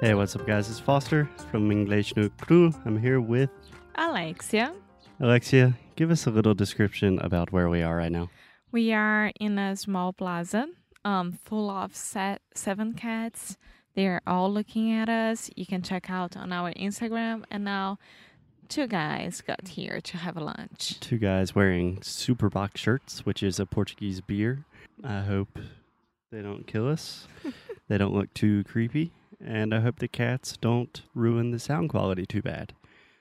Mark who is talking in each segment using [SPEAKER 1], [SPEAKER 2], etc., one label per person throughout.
[SPEAKER 1] Hey, what's up, guys? It's Foster from English No Crew. I'm here with
[SPEAKER 2] Alexia.
[SPEAKER 1] Alexia. Give us a little description about where we are right now.
[SPEAKER 2] We are in a small plaza um, full of se- seven cats. They're all looking at us. You can check out on our Instagram. And now, two guys got here to have lunch.
[SPEAKER 1] Two guys wearing super box shirts, which is a Portuguese beer. I hope they don't kill us. they don't look too creepy. And I hope the cats don't ruin the sound quality too bad.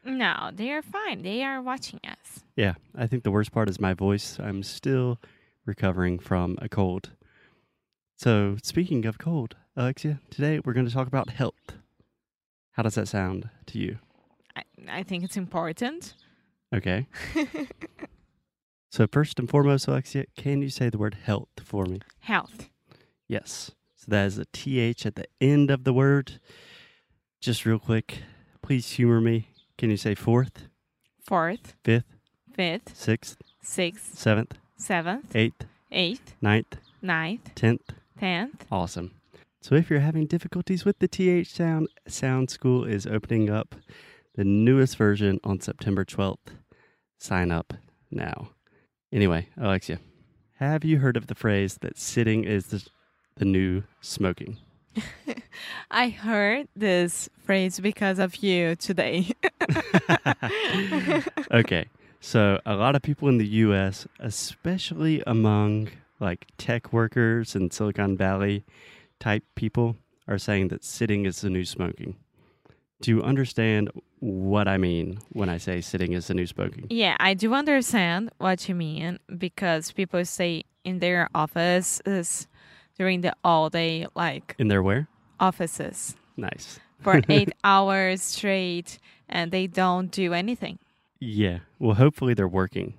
[SPEAKER 2] No, they are fine. They are watching us.
[SPEAKER 1] Yeah, I think the worst part is my voice. I'm still recovering from a cold. So, speaking of cold, Alexia, today we're going to talk about health. How does that sound to you?
[SPEAKER 2] I, I think it's important.
[SPEAKER 1] Okay. So, first and foremost, Alexia, can you say the word health for me?
[SPEAKER 2] Health.
[SPEAKER 1] Yes. So that is a TH at the end of the word. Just real quick, please humor me. Can you say fourth,
[SPEAKER 2] Fourth,
[SPEAKER 1] fifth,
[SPEAKER 2] fifth,
[SPEAKER 1] sixth,
[SPEAKER 2] sixth,
[SPEAKER 1] seventh,
[SPEAKER 2] seventh,
[SPEAKER 1] eighth,
[SPEAKER 2] eighth,
[SPEAKER 1] ninth,
[SPEAKER 2] ninth,
[SPEAKER 1] tenth?
[SPEAKER 2] tenth.
[SPEAKER 1] Awesome. So if you're having difficulties with the TH sound, Sound School is opening up the newest version on September 12th. Sign up now. Anyway, Alexia, have you heard of the phrase that sitting is the, the new smoking?
[SPEAKER 2] I heard this phrase because of you today.
[SPEAKER 1] okay. So, a lot of people in the US, especially among like tech workers and Silicon Valley type people, are saying that sitting is the new smoking. Do you understand what I mean when I say sitting is the new smoking?
[SPEAKER 2] Yeah, I do understand what you mean because people stay in their offices during the all day, like
[SPEAKER 1] In their where?
[SPEAKER 2] offices,
[SPEAKER 1] Nice.
[SPEAKER 2] for eight hours straight, and they don't do anything.
[SPEAKER 1] Yeah. Well, hopefully they're working.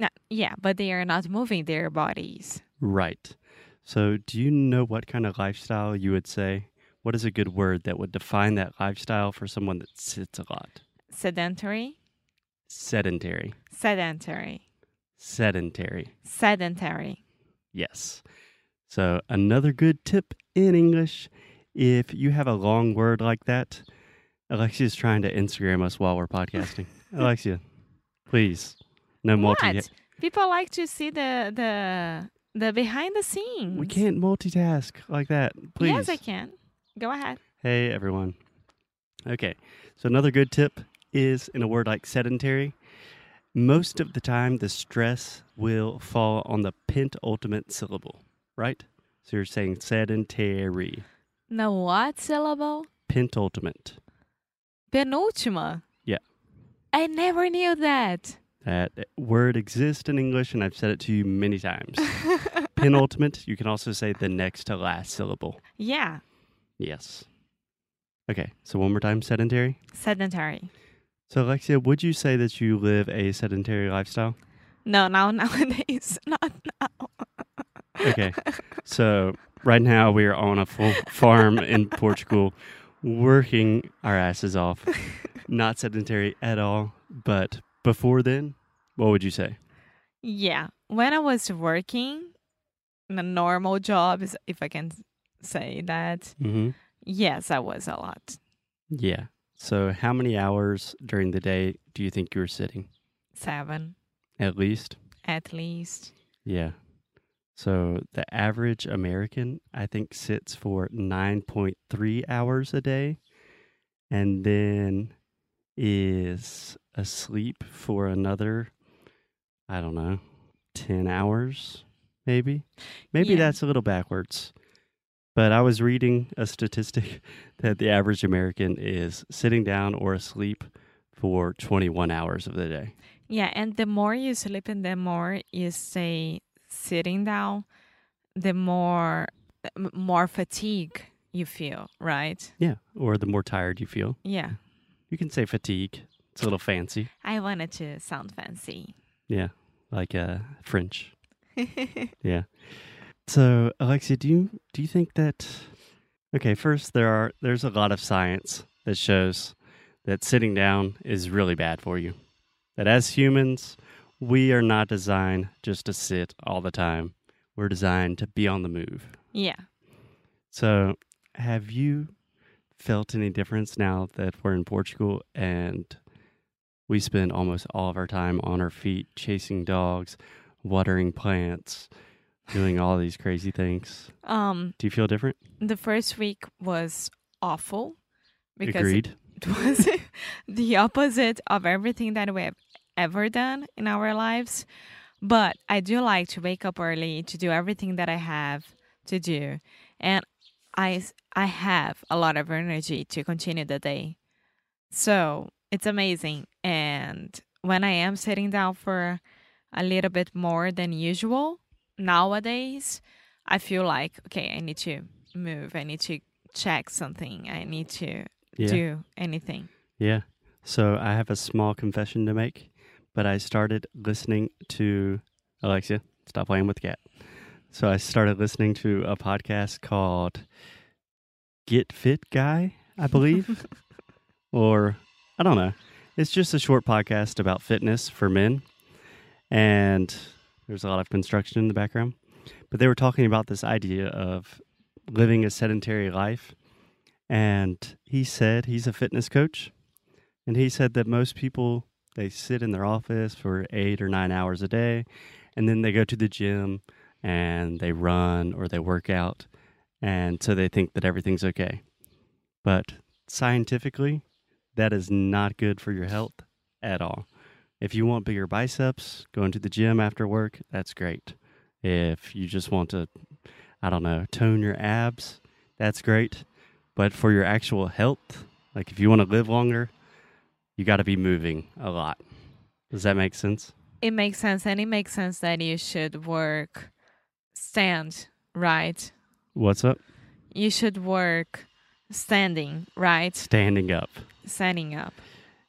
[SPEAKER 2] No, yeah, but they are not moving their bodies.
[SPEAKER 1] Right. So, do you know what kind of lifestyle you would say? What is a good word that would define that lifestyle for someone that sits a lot?
[SPEAKER 2] Sedentary,
[SPEAKER 1] Sedentary.
[SPEAKER 2] sedentary,
[SPEAKER 1] Sedentary.
[SPEAKER 2] sedentary.
[SPEAKER 1] Yes. So, another good tip in English if you have a long word like that, Alexia's trying to Instagram us while we're podcasting. Alexia, please, no multi.
[SPEAKER 2] What? People like to see the the the behind the scenes.
[SPEAKER 1] We can't multitask like that. Please.
[SPEAKER 2] Yes, I can. Go ahead.
[SPEAKER 1] Hey, everyone. Okay, so another good tip is in a word like sedentary, most of the time the stress will fall on the pentultimate syllable, right? So you're saying sedentary,
[SPEAKER 2] No what syllable?
[SPEAKER 1] pentultimate.
[SPEAKER 2] Penultima.
[SPEAKER 1] Yeah.
[SPEAKER 2] I never knew that.
[SPEAKER 1] That word exists in English, and I've said it to you many times. Penultimate, you can also say the next to last syllable.
[SPEAKER 2] Yeah.
[SPEAKER 1] Yes. Okay, so one more time sedentary.
[SPEAKER 2] Sedentary.
[SPEAKER 1] So, Alexia, would you say that you live a sedentary lifestyle?
[SPEAKER 2] No, now nowadays not now.
[SPEAKER 1] Okay, so right now we are on a full farm in Portugal, working our asses off. Not sedentary at all, but before then, what would you say?
[SPEAKER 2] Yeah. When I was working in a normal job, is- if I can say that,
[SPEAKER 1] Mm-hmm.
[SPEAKER 2] yes, I was a lot.
[SPEAKER 1] Yeah. So, how many hours during the day do you think you were sitting?
[SPEAKER 2] Seven
[SPEAKER 1] At least?
[SPEAKER 2] at least.
[SPEAKER 1] Yeah. So, the average American, I think, sits for 9.3 hours a day and then is asleep for another, I don't know, 10 hours, maybe. Maybe
[SPEAKER 2] Yeah.
[SPEAKER 1] that's a little backwards. But I was reading a statistic that the average American is sitting down or asleep for 21 hours of the day.
[SPEAKER 2] Yeah, and the more you sleep and the more you stay sitting down, the more m- more fatigue you feel, right?
[SPEAKER 1] Yeah. Or the more tired you feel.
[SPEAKER 2] Yeah.
[SPEAKER 1] You can say fatigue. It's a little fancy.
[SPEAKER 2] I wanted to sound fancy.
[SPEAKER 1] Yeah. Like uh, French. Yeah. So, Alexia, do you do you think that okay, first there are there's a lot of science that shows that sitting down is really bad for you. That as humans, we are not designed just to sit all the time. We're designed to be on the move.
[SPEAKER 2] yeah.
[SPEAKER 1] So, have you felt any difference now that we're in Portugal and we spend almost all of our time on our feet, chasing dogs, watering plants, doing all these crazy things?
[SPEAKER 2] Um,
[SPEAKER 1] Do you feel different?
[SPEAKER 2] the first week was awful because
[SPEAKER 1] Agreed.
[SPEAKER 2] it was the opposite of everything that we have ever done in our lives. But I do like to wake up early to do everything that I have to do, and I s- I have a lot of energy to continue the day. So it's amazing. And when I am sitting down for a little bit more than usual nowadays, I feel like okay, I need to move. I need to check something. I need to
[SPEAKER 1] Yeah.
[SPEAKER 2] do anything.
[SPEAKER 1] Yeah. So, I have a small confession to make, but I started listening to Alexia, stop playing with the cat. So, I started listening to a podcast called Get Fit Guy, I believe. or I don't know. It's just a short podcast about fitness for men. And there's a lot of construction in the background. But they were talking about this idea of living a sedentary life. And he said he's a fitness coach. And he said that most people, they sit in their office for eight or nine hours a day. And then they go to the gym and they run or they work out. And so they think that everything's okay. But scientifically, that is not good for your health at all. If you want bigger biceps, going to the gym after work, that's great. If you just want to, I don't know, tone your abs, that's great. But for your actual health, like if you want to live longer, you got to be moving a lot. Does that make sense?
[SPEAKER 2] It makes sense, and it makes sense that you should work stand right.
[SPEAKER 1] What's up?
[SPEAKER 2] You should work standing right,
[SPEAKER 1] Standing up.
[SPEAKER 2] standing up.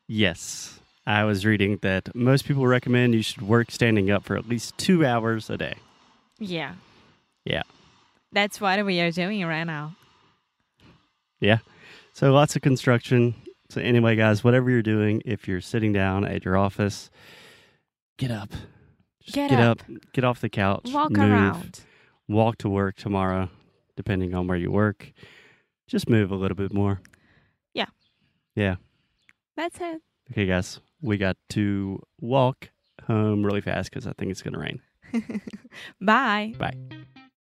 [SPEAKER 1] Yes. I was reading that most people recommend you should work standing up for at least two hours a day.
[SPEAKER 2] Yeah,
[SPEAKER 1] Yeah.
[SPEAKER 2] that's what we are doing right now.
[SPEAKER 1] Yeah. So lots of construction. So anyway, guys, whatever you're doing, if you're sitting down at your office, get up. Just
[SPEAKER 2] Get
[SPEAKER 1] up. Get off the couch.
[SPEAKER 2] Walk
[SPEAKER 1] move,
[SPEAKER 2] around.
[SPEAKER 1] Walk to work tomorrow, depending on where you work. Just move a little bit more.
[SPEAKER 2] Yeah.
[SPEAKER 1] Yeah.
[SPEAKER 2] That's it.
[SPEAKER 1] Okay, guys, we got to walk home really fast because I think it's going to rain.
[SPEAKER 2] Bye.
[SPEAKER 1] Bye.